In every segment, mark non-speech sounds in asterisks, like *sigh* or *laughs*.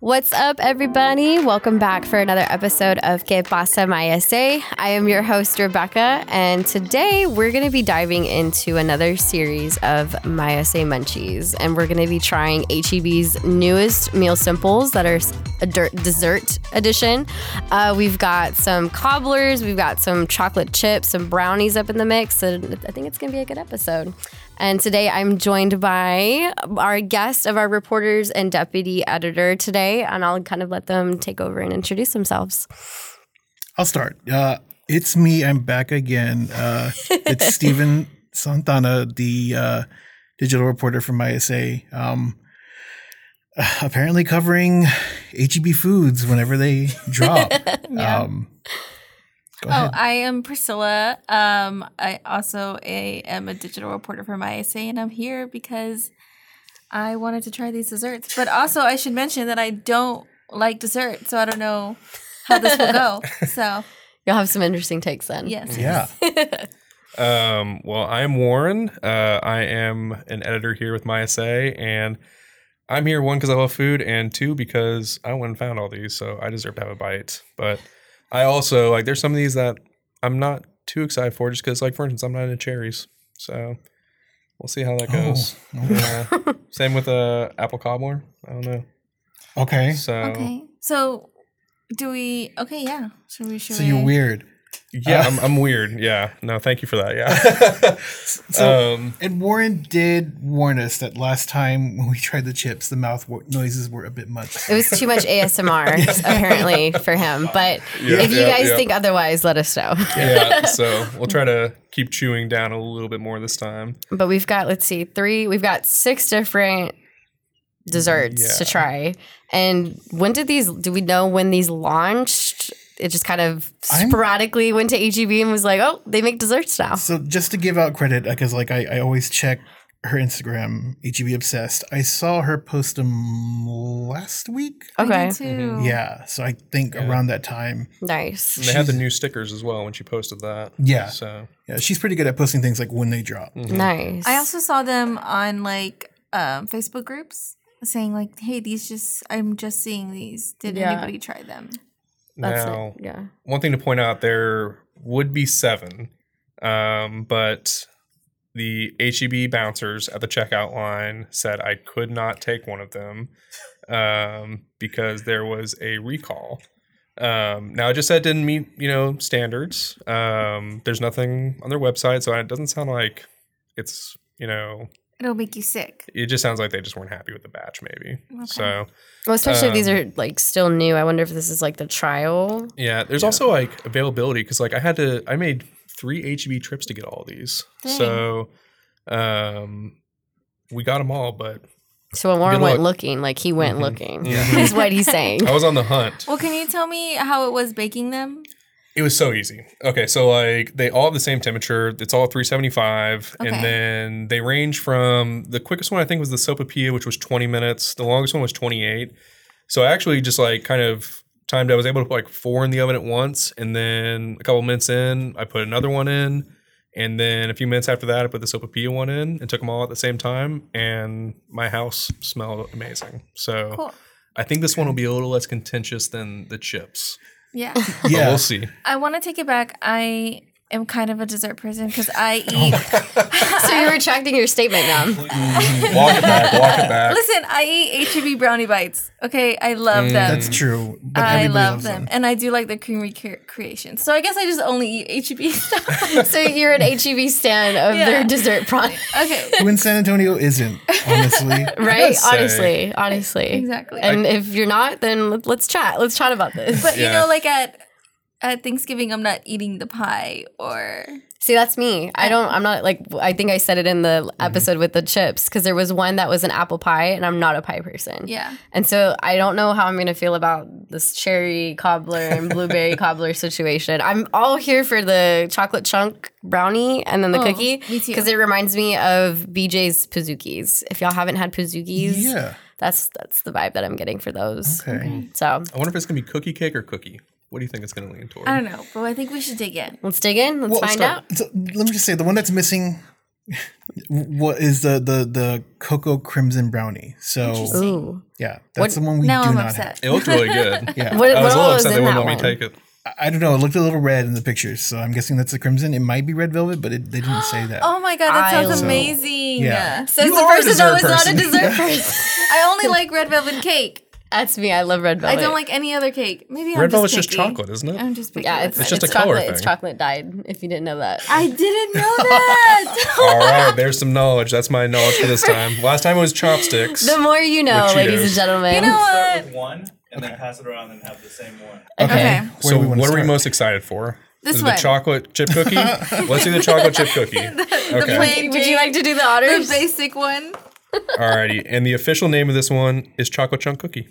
What's up, everybody? Welcome back for another episode of Que Pasa My SA. I am your host, Rebecca, and today we're going to be diving into another series of My SA Munchies, and we're going to be trying HEB's newest meal simples that are a dirt dessert edition. Uh, we've got some cobblers, we've got some chocolate chips, some brownies up in the mix, and I think it's going to be a good episode. And today I'm joined by our guest of our reporters and deputy editor today, and I'll kind of let them take over and introduce themselves. I'll start. Uh, it's me. I'm back again. Uh, it's Stephen Santana, the uh, digital reporter from ISA. Um, uh, apparently covering HEB Foods whenever they drop. um, go Oh, ahead. I am Priscilla. Um, I also a, am a digital reporter for my ISA, and I'm here because I wanted to try these desserts. But also, I should mention that I don't like dessert, so I don't know how this *laughs* will go. So, You'll have some interesting takes then. yes. yeah. Um, well, I'm Warren. Uh, I am an editor here with my SA, and I'm here one because I love food, and two because I went and found all these, so I deserve to have a bite. But I also like there's some of these that I'm not too excited for, just because like for instance, I'm not into cherries, so we'll see how Oh, that goes. Yeah. same with uh, apple cobbler. I don't know. Okay. So Okay. So, do we? Okay, yeah. Should we? Should So you're we- weird. yeah, Uh. I'm, I'm weird. Yeah, no, thank you for that. Yeah. *laughs* So- um, And Warren did warn us that last time when we tried the chips, the mouth wo- noises were a bit much. It was too much ASMR *laughs* apparently for him, but Yeah, if you yeah, guys yeah. think otherwise, let us know. yeah, so we'll try to keep chewing down a little bit more this time. But we've got, let's see, three, we've got six different desserts to Yeah. try. And when did these, do we know when these launched? It just kind of I'm- sporadically went to HEB and was like, oh, they make desserts now. So just to give out credit, because like I, I always check her Instagram, HEB obsessed. I saw her post them last week. I do Okay. too. Mm-hmm. Yeah, so I think Yeah. around that time. Nice. And they had the new stickers as well when she posted that. Yeah. So mm-hmm. Yeah, she's pretty good at posting things like when they drop. Nice. I also saw them on like um, Facebook groups saying like, "Hey, these just I'm just seeing these. Did Yeah. anybody try them?" That's now, it. Yeah. one thing to point out there would be seven, um, but the HEB bouncers at the checkout line said I could not take one of them um, because there was a recall. Um, now, it just said it didn't meet you know standards. Um, there's nothing on their website, so it doesn't sound like it's you know It'll make you sick. it just sounds like they just weren't happy with the batch, maybe. Okay. So Well, especially if these Um, are like still new. I wonder if this is like the trial. yeah, there's also like availability because like I had to I made three HEB trips to get all these, Dang. so um, we got them all, but So when Warren Good went luck. looking, like he went Mhm. looking, *laughs* Yeah. is what he's *laughs* saying. I was on the hunt. Well, can you tell me how it was baking them? It was so easy. Okay, so like they all have the same temperature. It's all 375, Okay. and then they range from the quickest one I think was the sopapilla, which was 20 minutes. The longest one was 28. So I actually just like kind of timed. I was able to put like four in the oven at once, and then a couple minutes in, I put another one in, and then a few minutes after that, I put the sopapilla one in, and took them all at the same time. And my house smelled amazing. So Cool. I think this one will be a little less contentious than the chips. Yeah. But Yeah, we'll see. *laughs* I want to take it back. I am kind of a dessert person because *laughs* I Oh eat. so you're retracting your statement now. *laughs* walk it back. Walk it back. listen, I eat HEB brownie bites. Okay, I love Mm. them. that's true. But I everybody love loves them. and I do like the creamery cre- creations. So I guess I just only eat HEB *laughs* *laughs* stuff. so you're an HEB stand of their Yeah. dessert *laughs* *laughs* product. okay, Who in San Antonio isn't? *laughs* Honestly, right? say- Honestly, honestly, exactly. And if you're not, then let- let's chat. Let's chat about this. but you Yeah. know, like at at Thanksgiving, I'm not eating the pie or See, that's me. I don't. I'm not like. I think I said it in the Mm-hmm. episode with the chips because there was one that was an apple pie, and I'm not a pie person. yeah. And so I don't know how I'm gonna feel about this cherry cobbler and *laughs* blueberry cobbler situation. I'm all here for the chocolate chunk brownie and then the Oh, cookie me too. because it reminds me of BJ's Pazookies. If y'all haven't had Pazookies, yeah. that's that's the vibe that I'm getting for those. Okay, So I wonder if it's gonna be cookie cake or cookie. What do you think it's gonna lean toward? I don't know, but I think we should dig in. let's dig in. Let's Well, find start- out. so let me just say the one that's missing *laughs* What is the the the cocoa crimson brownie? Interesting. So Ooh. yeah, What- that's the one we now do I'm not upset. It looked really *laughs* good. have. Yeah, What, I what was a all little was upset they in that wouldn't let one? me take it. I, I don't know. It looked a little red in the pictures, so I'm guessing that's the crimson. It might be red velvet, but it, they didn't say that. *gasps* Oh my god, that I sounds love- amazing. Yeah. Says You the are a person that was dessert not a person. dessert person. *laughs* I only like red velvet cake. That's me. I love red I velvet. don't like any other cake. Maybe I'm Red velvet's just just picky. chocolate, isn't it? I'm just picky. Yeah, with it's, it. It's just it's a color chocolate. It's thing. chocolate dyed. If you didn't know that, I didn't *laughs* know that. *laughs* All right, there's some knowledge. That's my knowledge for this time. Last time it was chopsticks. *laughs* the more you know, With ladies and Cheetos. gentlemen. you know Start what? with one and then pass it around and have the same one. okay. Okay. Where so do we what wanna are we start? most excited for? This Is it one. The chocolate chip *laughs* cookie. Let's do the chocolate chip cookie. The Okay. plain Would you like to do the the honors? basic one? *laughs* Alrighty. And the official name of this one is chocolate chunk cookie.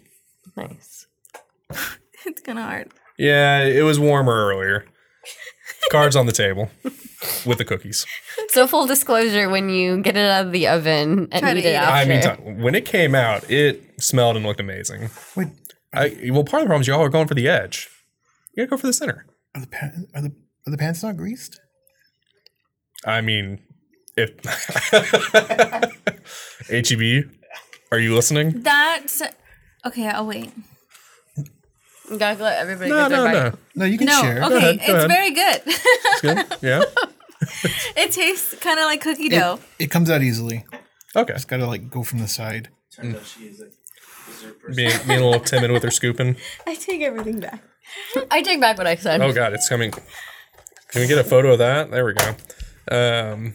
Nice. It's kind of hard. Yeah, it was warmer earlier. Cards on the table with the cookies. So full disclosure, when you get it out of the oven and Try to eat it eat it. after, I mean, t- when it came out, it smelled and looked amazing. Wait, I, well, part of the problem is y'all are going for the edge. You gotta go for the center. are the pa- are the are the pants not greased? I mean, if *laughs* HEB, are you listening? That. Okay, I'll wait. you gotta let everybody No, get their no, bite. No, no. you can No, share. okay, ahead, go it's ahead. very good. It's good. Yeah. it tastes kind of like cookie dough. It, it comes out easily. Okay. Just gotta like go from the side. Turns out she is a dessert person. Being, being a little timid with her scooping. I take everything back. *laughs* I take back what I said. Oh God, it's coming. Can we get a photo of that? There we go. Um,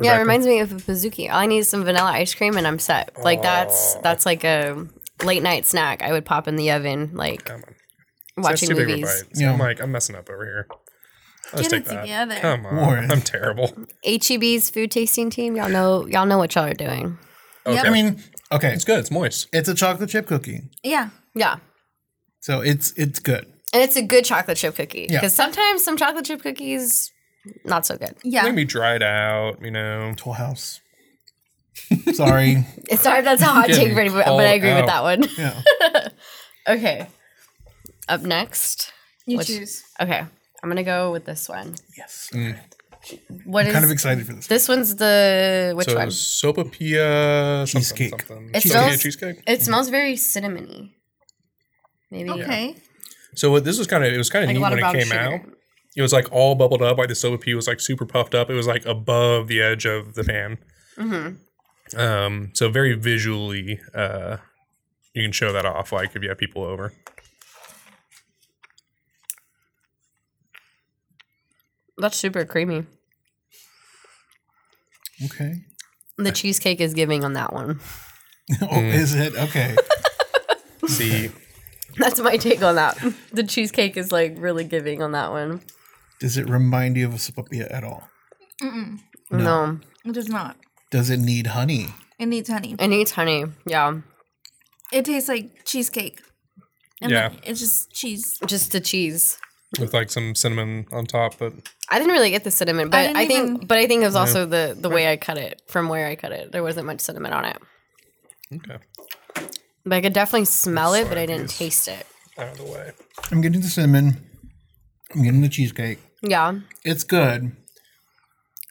yeah, Rebecca? it reminds me of a pizookie. All I need is some vanilla ice cream, and I'm set. Like that's Oh. that's like a late night snack. I would pop in the oven, like come on. That's watching too big of a movies. bite. So Yeah. I'm like, I'm messing up over here. Let's Get take it that. together. Come on, Warren. I'm *laughs* terrible. HEB's E food tasting team, y'all know y'all know what y'all are doing. Okay. I mean, okay, it's good. It's moist. it's a chocolate chip cookie, Yeah. Yeah, so it's it's good. and it's a good chocolate chip cookie Yeah. because sometimes some chocolate chip cookies not so good. Yeah. Maybe dry it out. You know. Toll *laughs* House. Sorry. *laughs* Sorry, if that's a hot take, Getting but, but called I agree with out. that one. *laughs* Yeah. Okay, up next. You Which- choose. Okay, I'm gonna go with this one. yes. Mm. What I'm kind is- of excited for this. this one's the which so one? sopapilla something, Cheesecake. Something. It Sopapilla smells- cheesecake. It smells very cinnamony. Maybe Okay. So what this was kind of it was kind of like a neat lot of when it brown came sugar. out. It was like all bubbled up, like the sopapilla was like super puffed up. It was like above the edge of the pan. Mm-hmm. Um, so very visually, uh, you can show that off, like if you have *laughs* people over. That's super creamy. *laughs* Okay. The cheesecake is giving on that one. *laughs* Oh, is it? Okay. See, That's my take on that. *laughs* The cheesecake is like really giving on that one. Does it remind you of a sopapilla at all? No. It does not. Does it need honey? It needs honey. It needs honey. Yeah. It tastes like cheesecake. And Yeah. then It's just cheese. Just the cheese. with like some cinnamon on top, but I didn't really get the cinnamon, but didn't I, think even- but I think it was also the the way I cut it from where I cut it. There wasn't much cinnamon on it. okay, But I could definitely smell it, but I didn't Slurpees. taste it. out of the way. I'm getting the cinnamon. I'm getting the cheesecake. Yeah. It's good.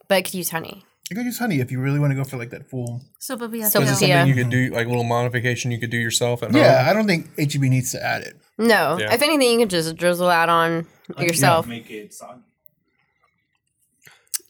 But I could use honey. You could use honey if you really want to go for like that full. So, but yeah. So no. papaya. You could do like a little modification you could do yourself at Yeah, home. Oh. I don't think HEB needs to add it. No. Yeah. If anything, you could just drizzle that on Oh, yourself. Make it soggy.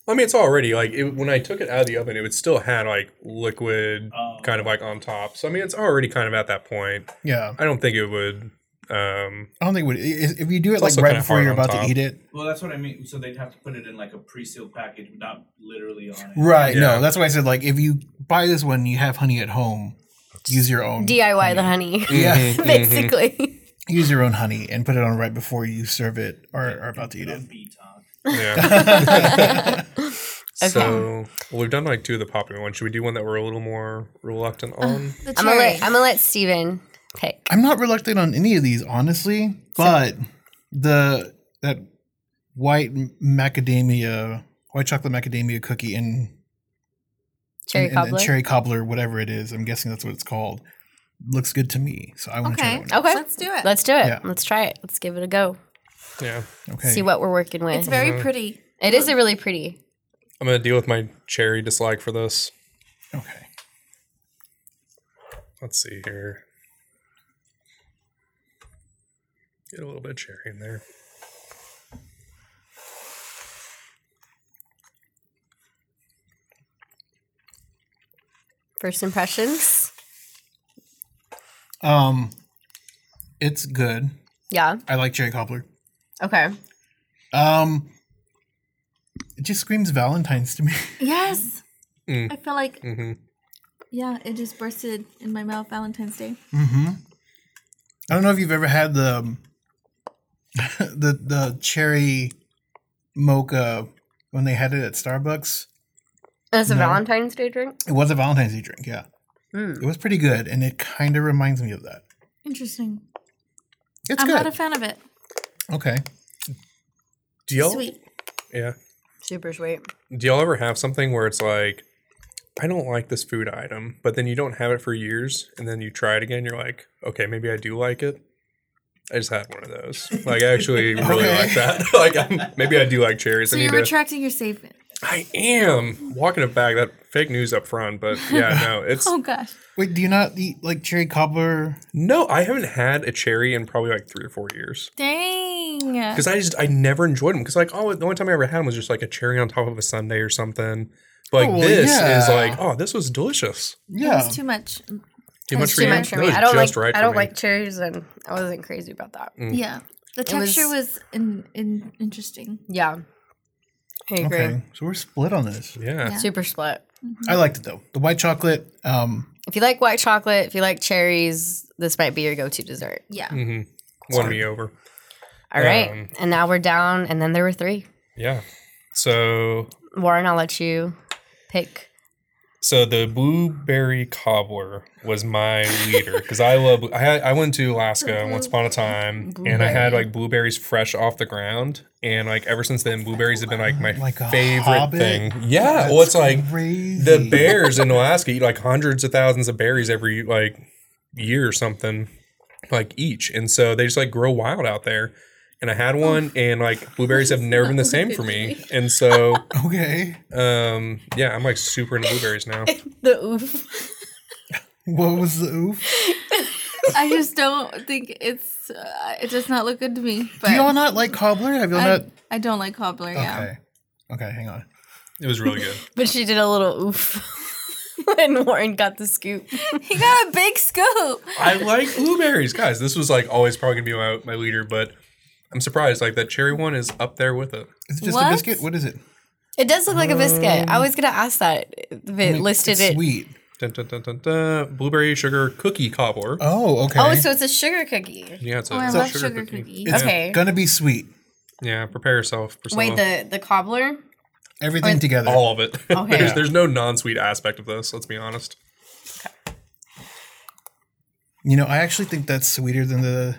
I mean, it's already like it, when I took it out of the oven, it would still had like liquid Oh. kind of like on top. So I mean, it's already kind of at that point. Yeah, I don't think it would. Um, I don't think it would. i- i- If you do it like also right kinda before you're hard on about top. to eat it, Well, that's what I mean. So they'd have to put it in like a pre-sealed package, not literally on it. right? Yeah. No, that's why I said like if you buy this one, and you have honey at home. Use your own. DIY the honey. *laughs* Yeah, Mm-hmm. Basically. *laughs* use your own honey and put it on right before you serve it or are about to eat it. Be talk. yeah. *laughs* So well, we've done like two of the popular ones. Should we do one that we're a little more reluctant on? The I'm gonna cherry. let I'm gonna let Steven pick. I'm not reluctant on any of these, honestly, but the that white macadamia, white chocolate macadamia cookie and Cherry and, and cobbler. cherry cobbler, whatever it is. I'm guessing that's what it's called. Looks good to me, so I want to okay. try that Okay. Let's do it. Let's do it. Yeah. Let's try it. Let's give it a go. yeah. one. Okay, See what we're working with. Mm-hmm. it's very pretty. It is a really pretty. I'm gonna deal with my cherry dislike for this. Okay. Let's see here. Get a little bit of cherry in there. First impressions. Um, it's good. Yeah. I like cherry cobbler. Okay. Um, it just screams Valentine's to me. *laughs* Yes. Mm. I feel like Mm-hmm. yeah, it just bursted in my mouth Valentine's Day. Mm-hmm. I don't know if you've ever had the *laughs* um, the the cherry mocha when they had it at Starbucks. As a No. Valentine's Day drink. It was a Valentine's Day drink, yeah. Mm. Hmm. It was pretty good, and it kind of reminds me of that. Interesting. It's I'm good. not a fan of it. okay. Do y'all? Sweet. Yeah. Super sweet. Do y'all ever have something where it's like, I don't like this food item, but then you don't have it for years, and then you try it again, you're like, okay, maybe I do like it. I just had one of those. Like, I *laughs* actually really Okay. like that. *laughs* like, I'm, maybe I do like cherries. So I need you're to. retracting your statement. I am walking a bag. That fake news up *laughs* front, but yeah, no, it's Oh gosh. Wait, do you not eat like cherry cobbler? no. I haven't had a cherry in probably like three or four years. Dang. because I just I never enjoyed them because like oh the only time I ever had them was just like a cherry on top of a sundae or something. But like Oh, well, this is yeah. like oh this was delicious. Yeah. It's too much. Mm. Too That's much for too you. much for That me. was I don't like. just right I for don't me. like cherries, and I wasn't crazy about that. Mm. Yeah. The It was- texture was, in, in interesting. Yeah, I agree. Okay. So we're split on this. Yeah. Yeah. Super split. I liked it though. The white chocolate. Um, If you like white chocolate, if you like cherries, this might be your go-to dessert. Yeah. hmm Won me over. All right, Um, and now we're down, and then there were three. Yeah. So Warren, I'll let you pick. so the blueberry cobbler was my leader because I love. I had, I went to Alaska Mm-hmm. once upon a time and I had like blueberries fresh off the ground and like ever since then blueberries have been like my Like a favorite hobbit? thing. Yeah. Well, it's like crazy. *laughs* the bears in Alaska eat like hundreds of thousands of berries every like year or something, like each, and so they just like grow wild out there. And I had one, and like blueberries have never been the same for me, and so Okay. um, yeah, I'm like super into blueberries now. The oof. *laughs* What was the oof? I just don't think it's. Uh, it does not look good to me. But Do y'all not like cobbler? Have y'all I, not? I don't like cobbler. Yeah. Okay. Okay. Hang on. It was really good. But she did a little oof, *laughs* and Warren got the scoop. *laughs* He got a big scoop. I like blueberries, guys. This was like always probably gonna be my my leader, but I'm surprised like that cherry one is up there with it. Is it just What? a biscuit? What is it? It does look like a biscuit. I was gonna ask that. If it Like, listed it's it. Sweet. Dun, dun, dun, dun, dun. Blueberry sugar cookie cobbler. Oh, okay. Oh, so it's a sugar cookie. yeah, it's a, Oh, I it's a love sugar, sugar cookie. cookies. Yeah. Okay. gonna be sweet. Yeah, prepare yourself. Priscilla. Wait, the the cobbler. Everything Or- together. all of it. Okay. *laughs* there's there's no non-sweet aspect of this. Let's be honest. You know, I actually think that's sweeter than the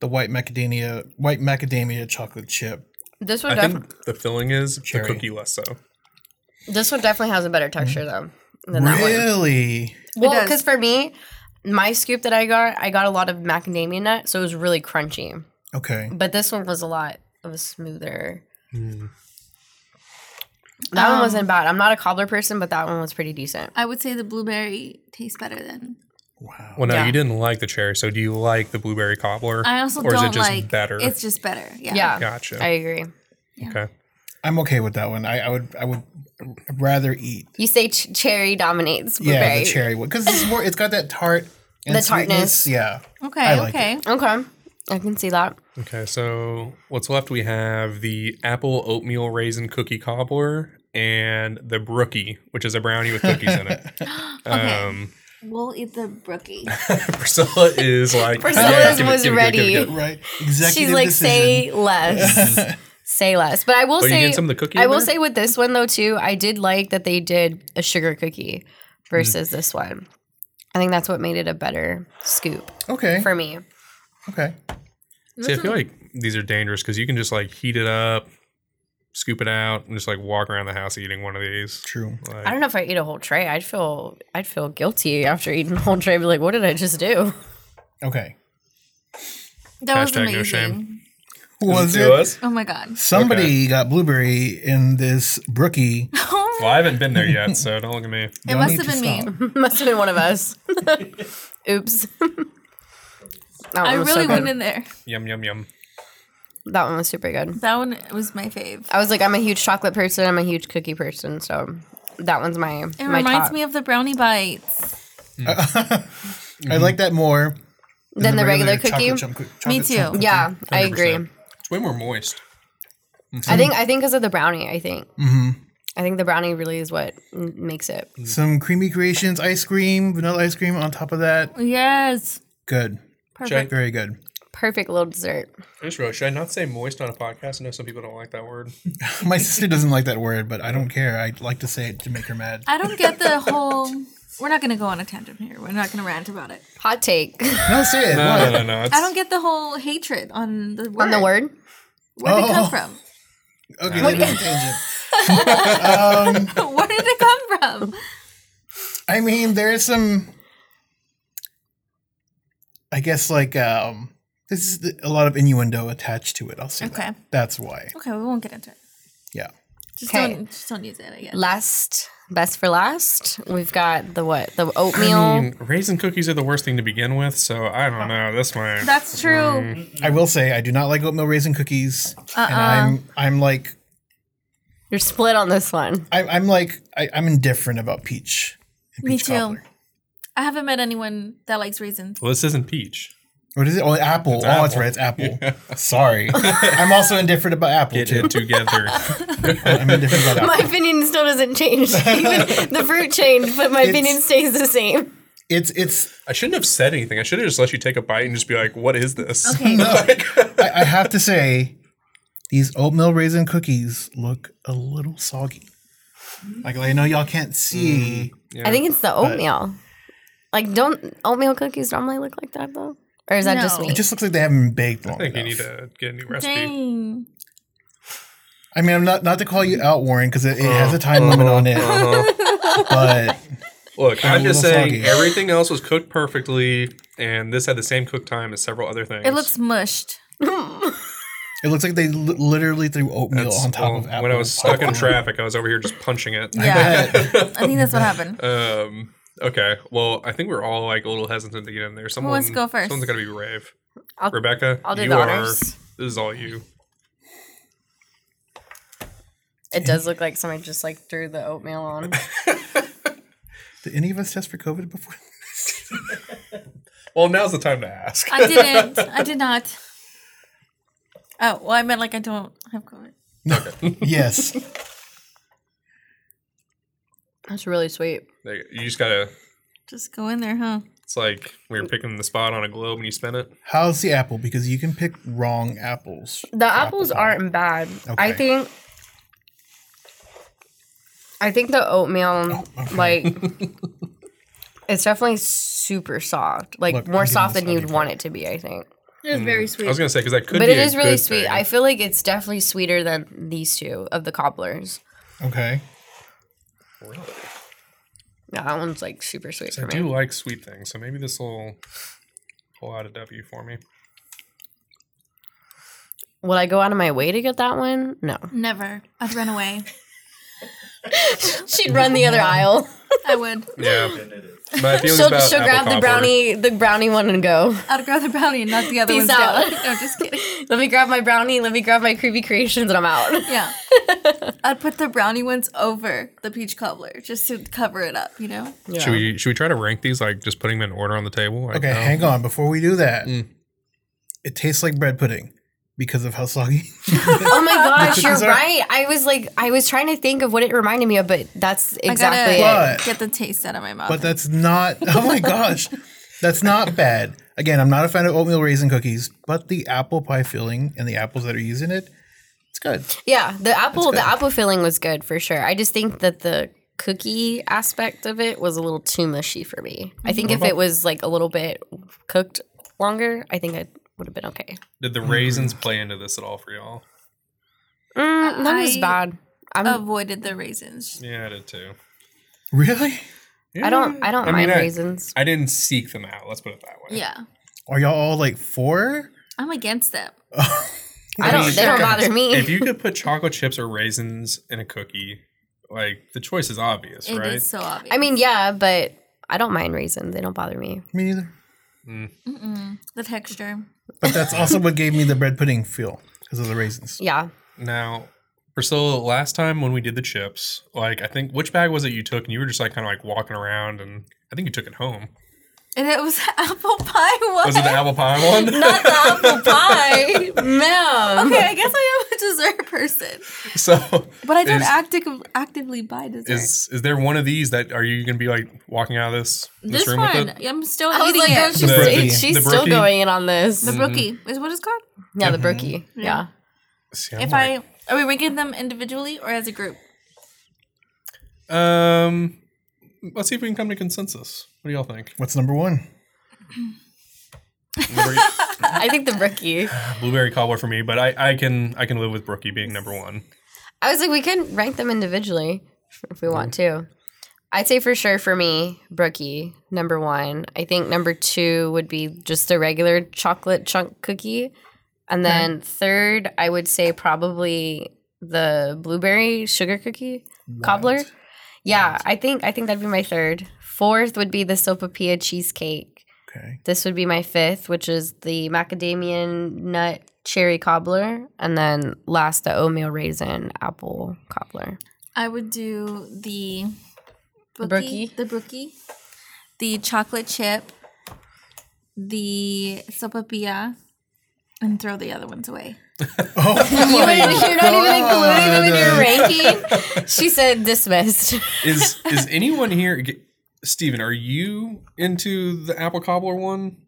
the white macadamia white macadamia chocolate chip. This I one, def- think the filling is Cherry. the cookie less so. this one definitely has a better texture though than that one. Really? Well, does. because for me, my scoop that I got, I got a lot of macadamia nut, so it was really crunchy. Okay. But this one was a lot of a smoother. Hmm. That Um, one wasn't bad. I'm not a cobbler person, but that one was pretty decent. I would say the blueberry tastes better than. Wow. Well, no, Yeah. you didn't like the cherry, so do you like the blueberry cobbler? I also or don't is it just like. better? It's just better. Yeah. Yeah, Gotcha. I agree. okay. I'm okay with that one. I, I would I would rather eat You say ch- cherry dominates yeah blueberry. the cherry one because it's more it's got that tart and The tartness. sweetness. Yeah. Okay. I like okay. Okay, I can see that. Okay, so what's left? We have the apple oatmeal raisin cookie cobbler and the brookie, which is a brownie with cookies in it. *laughs* Okay. Um, We'll eat the *laughs* brookie. Priscilla is like Priscilla's give it, was give it, give it, give it, give it. ready. Right. Executive She's like, decision. say *laughs* less, say less. But I will Oh, you say, getting some of the cookie? I in will there? say with this one though too, I did like that they did a sugar cookie Mm. versus this one. I think that's what made it a better scoop Okay. for me. okay. See, I feel like these are dangerous because you can just like heat it up, scoop it out, and just like walk around the house eating one of these. True. I don't know if I eat a whole tray. I'd feel I'd feel guilty after eating a whole tray. I'd Be like, what did I just do? *laughs* Okay. That was Hashtag amazing. no shame. Was to it? us? Oh my god. *laughs* Somebody got blueberry in this brookie. Well, I haven't been there yet, so don't look at me. it Y'all must need have to been me. stop. Must have been one of us. *laughs* Oops. *laughs* that I one was really so good. went in there. *laughs* Yum yum yum. That one was super good. That one was my fave. I was like, I'm a huge chocolate person. I'm a huge cookie person. So that one's my It my reminds top. me of the brownie bites. I like that more Mm-hmm. than, the regular, cookie. chocolate chunk- chocolate Me too. chunk. yeah, I agree. 100%. It's way more moist. I think I think because of the brownie. I think. Mm-hmm. I think the brownie really is what m- makes it. Some creamy creations, ice cream, vanilla ice cream on top of that. Yes. Good, Perfect. very good. Perfect little dessert. Just realized, should I not say moist on a podcast? I know some people don't like that word. My sister doesn't like that word, but I don't care. I like to say it to make her mad. I don't get *laughs* the whole. We're not going to go on a tangent here. We're not going to rant about it. Hot take *laughs* No, say it. *laughs* No, Why? no, no, no. It's, I don't get the whole hatred on the word. on the word. Where did it Oh. come from? *laughs* Okay, that is a tangent. Where did it come *laughs* from? I mean, there's some. I guess like um, this is the- a lot of innuendo attached to it. I'll say Okay. that. That's why. Okay, we won't get into it. Yeah. Just Okay. don't just don't use it, I guess. Last best for last. We've got the what? The oatmeal. I mean, raisin cookies are the worst thing to begin with, so I don't know. This one. That's true. I will say I do not like oatmeal raisin cookies, Uh-uh. and I'm I'm like You're split on this one. *laughs* I, I'm like I, I'm indifferent about peach. And Me peach too. cobbler. I haven't met anyone that likes raisins. well, this isn't peach. What is it? Oh, apple. oh, that's apple. right. It's *laughs* apple. *laughs* Sorry. I'm also indifferent about apple Get too. it *laughs* together. I'm indifferent *laughs* about My apple. opinion still doesn't change. *laughs* Even the fruit changed, but my opinion stays the same. It's it's. I shouldn't have said anything. I should have just let you take a bite and just be like, "What is this?" *laughs* Okay. I, I have to say, these oatmeal raisin cookies look a little soggy. Like I know y'all can't see. I think it's the oatmeal. like, don't oatmeal cookies normally look like that though? Or is that just No. me? It just looks like they haven't been baked long I think you enough. need to get a new recipe. Dang. I mean, I'm not not to call you out, Warren, because it, it has a time limit on it, Uh-huh. *laughs* but. Look, a I'm just little saying soggy. everything else was cooked perfectly, and this had the same cook time as several other things. It *laughs* looks mushed. It looks like they li- literally threw oatmeal That's- on top well, of apple. When I was stuck in popcorn. traffic, I was over here just punching *laughs* it. Yeah. I think that's what happened. *laughs* Um. Okay. Well, I think we're all like a little hesitant to get in there. Someone let's go first. Someone's got to be brave. I'll- Rebecca, I'll do you the are. honors. This is all you. It does look like someone just like threw the oatmeal on. *laughs* Did any of us test for COVID before? *laughs* Well, now's the time to ask. I didn't. I did not. Oh, well, I meant like I don't have COVID. yes. That's really sweet. There you go. You just gotta. Just go in there, huh? It's like we were picking the spot on a globe and you spin it. How's the apple? Because you can pick wrong apples. The apples aren't bad. I Okay. think. I think the oatmeal, Oh, *laughs* like, it's definitely super soft. Like Look, more I'm soft getting than you'd want it to be. I think, It was very I sweet. was gonna say because that could. but be it a is really good sweet. thing. I feel like it's definitely sweeter than these two of the cobblers. Okay. Yeah, that one's like super sweet I for do me. like sweet things, so maybe this will pull out a W for me. Would I go out of my way to get that one? *laughs* No, Never. I'd run away. she'd run the other aisle. I would. *laughs* Yeah, my feelings She'll, about she'll apple grab the cobbler- brownie, the brownie one, and go. *laughs* I'd grab the brownie and knock the other Peace ones out. down. No, just kidding. Let me grab my brownie. Let me grab my creepy creations, and I'm out. Yeah. I'd put the brownie ones over the peach cobbler just to cover it up, you know? Yeah. Should we should we try to rank these like just putting them in order on the table? Like, Okay, no. hang on. Before we do that, it tastes like bread pudding because of how soggy. Oh *laughs* my gosh, you're cookies are- right. I was like, I was trying to think of what it reminded me of, but that's exactly I it. But- gotta get the taste out of my mouth. but that's not. *laughs* Oh my gosh, that's not bad. Again, I'm not a fan of oatmeal raisin cookies, but the apple pie filling and the apples that are used in it, it's good. Yeah, the apple, the apple filling was good for sure. I just think that the cookie aspect of it was a little too mushy for me. I think if Mm-hmm. it was like a little bit cooked longer, I think I would have been okay. Did the raisins play into this at all for y'all? Mm, that was Uh, I- bad. I'm, avoided the raisins. Yeah, I did too. Really? I don't, I don't I mean, mind I- raisins. I didn't seek them out. Let's put it that way. Yeah. Are y'all all like four? I'm against them. I I don't. mean, they don't sure. bother me. if you could put chocolate chips or raisins in a cookie, like the choice is obvious, It is right? so obvious. I mean, yeah, but I don't mind raisins. They don't bother me. Me neither. Mm-mm. the texture. But that's also what gave me the bread pudding feel because of the raisins. Yeah. Now, Priscilla, last time when we did the chips, like I think which bag was it you took? And you were just like kind of like walking around, and I think you took it home. And it was *laughs* apple pie one. Was it the apple pie one? *laughs* Not the apple *laughs* pie. Ma'am. okay, I guess I am a dessert person, *laughs* so, but I don't Is- acti- actively buy dessert. is is there one of these that are you going to be like walking out of this this, this room one, with it? I'm still I was eating like, it. oh, she's, The brookie. she's The still brookie. going in on this. Mm. the brookie is what it's called. yeah, the brookie. Yeah. See, I'm If like- I are we ranking them individually or as a group? um, let's see if we can come to consensus. What do y'all think? What's number one? *laughs* Blueberry, I think the brookie. blueberry cobbler for me, but I, I can I can live with Brookie being number one. *laughs* I was like, we can rank them individually if we want to. I'd say for sure for me, brookie, number one. I think number two would be just a regular chocolate chunk cookie. And then third, I would say probably the blueberry sugar cookie cobbler. Yeah, I think I think that'd be my third. Fourth would be the sopapilla cheesecake. Okay. This would be my fifth, which is the macadamia nut cherry cobbler, and then last the oatmeal raisin apple cobbler. I would do the The brookie, brookie. the brookie, the chocolate chip, the sopapilla, and throw the other ones away. Oh, You my are not even including them in your God. *laughs* ranking. She said dismissed. Is *laughs* is anyone here? g- Steven, are you into the apple cobbler one?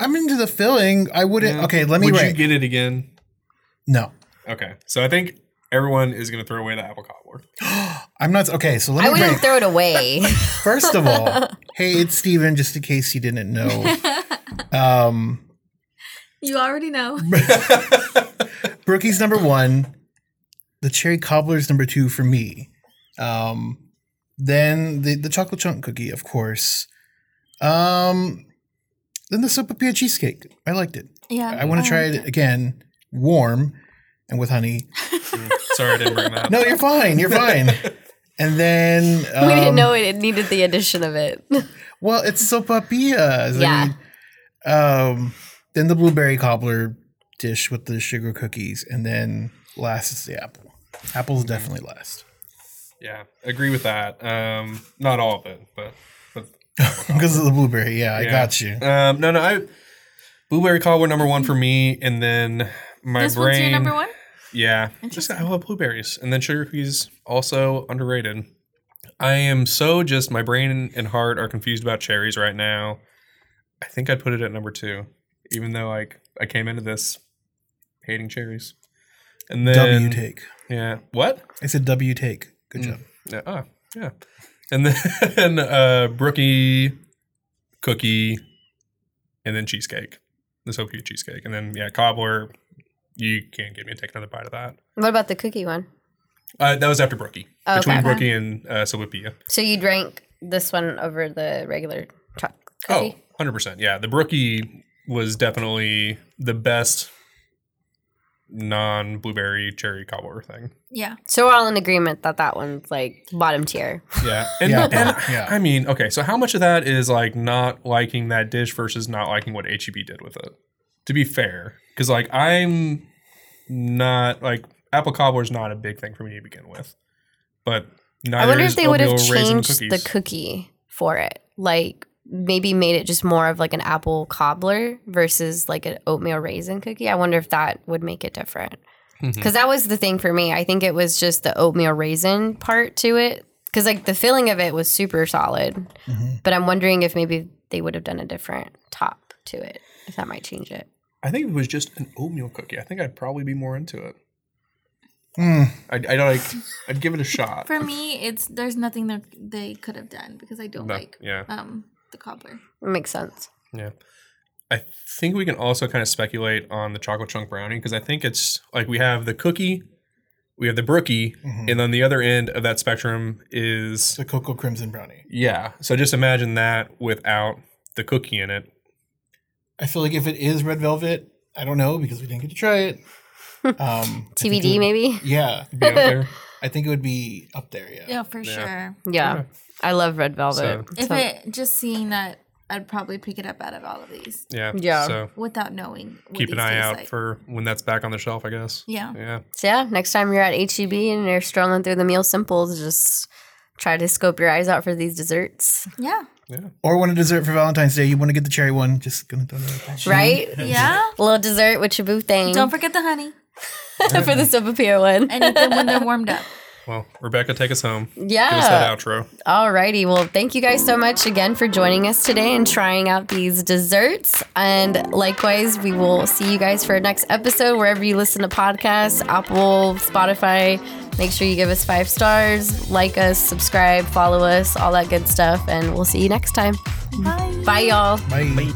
I'm into the filling. I wouldn't. Uh, Okay, let me Would you rank. get it again? no, *gasps* Okay, so I think everyone is going to throw away the apple *laughs* cobbler. *laughs* I'm not. Okay, so *laughs* let I me wouldn't rank. throw it *laughs* away. First of all, *laughs* hey, it's Steven, just in case you didn't know. *laughs* Um, You already know. Brookie's number one. The cherry cobbler's number two for me. Um, then the, the chocolate chunk cookie, of course. Um, then the sopapilla cheesecake. I liked it. Yeah, Um, I want to try Mm-hmm. it again, warm and with honey. Sorry, I didn't bring that. No, you're fine. *laughs* You're fine. And then um, we didn't know it, it needed the addition of it. *laughs* Well, it's sopapillas. I Yeah. mean, um, then the blueberry cobbler dish with the sugar cookies, and then last is the apple. Apple's Mm-hmm. definitely last Yeah, agree with that. Um, not all of it, but but because of the blueberry. Yeah, I Yeah. got you. um, no, no. I blueberry cobbler number one for me, and then my this brain. one's your number one. Yeah, just I love blueberries, and then sugar cookies also underrated. I am so just my brain and heart are confused about cherries right now. I think I'd put it at number two, even though like I came into this hating cherries. And then W take. yeah, what? I said W take. Good job. Yeah, ah, yeah. And then *laughs* uh brookie, cookie, and then cheesecake. This hope you cheesecake. And then yeah, cobbler. You can't get me to take another bite of that. what about the cookie one? Uh, that was after brookie. Oh, okay. Between brookie and uh Sawipia. So you drank this one over the regular chocolate Oh, cookie? 100%. Yeah, the brookie was definitely the best non-blueberry cherry cobbler thing. Yeah, So we're all in agreement that that one's like bottom tier. Yeah. And, Yeah, and yeah. I mean, okay, so how much of that is like not liking that dish versus not liking what HEB did with it? To be fair, because like I'm not like apple cobbler is not a big thing for me to begin with, but neither I wonder is if they would have oatmeal raisin changed the cookie for it. Like maybe made it just more of like an apple cobbler versus like an oatmeal raisin cookie. I wonder if that would make it different. Mhm. Cuz that was the thing for me. I think it was just the oatmeal raisin part to it cuz like the filling of it was super solid. Mhm. But I'm wondering if maybe they would have done a different top to it. If that might change it. I think if it was just an oatmeal cookie. I think I'd probably be more into it. Hmm. Mm. I'd, I'd like I'd give it a shot. for me, it's there's nothing that they could have done because I don't But, like yeah, um the cobbler. Makes sense. yeah. I think we can also kind of speculate on the chocolate chunk brownie because I think it's like we have the cookie, we have the brookie, Mhm. and on the other end of that spectrum is The cocoa crimson brownie. yeah. So just imagine that without the cookie in it. *laughs* I feel like if it is red velvet, I don't know because we didn't get to try it. Um, I think it TBD, would- maybe? Yeah, Be out there. I think it would be up there. Yeah. Yeah, for Yeah. sure. Yeah. I love Red Velvet. So- If So- it just seeing that, I'd probably pick it up out of all of these Yeah. Yeah. So without knowing. What keep an these eye taste out like. for when that's back on the shelf, I guess. Yeah. Yeah. So yeah, next time you're at HEB and you're strolling through the meal simples, just try to scope your eyes out for these desserts, *laughs* Yeah. Or want a dessert for Valentine's Day? You want to get the cherry one? Just gonna throw that out there. right? Yeah. A little dessert with your boo thing Don't forget the honey *laughs* for the Sopapir one. and eat them when they're warmed up. Well, Rebecca, take us home. Give us Yeah. that outro. Alrighty. Well, thank you guys so much again for joining us today and trying out these desserts. And likewise, we will see you guys for our next episode wherever you listen to podcasts, Apple, Spotify. Make sure you give us five stars, like us, subscribe, follow us, all that good stuff. And we'll see you next time. Bye. Bye, y'all. Bye.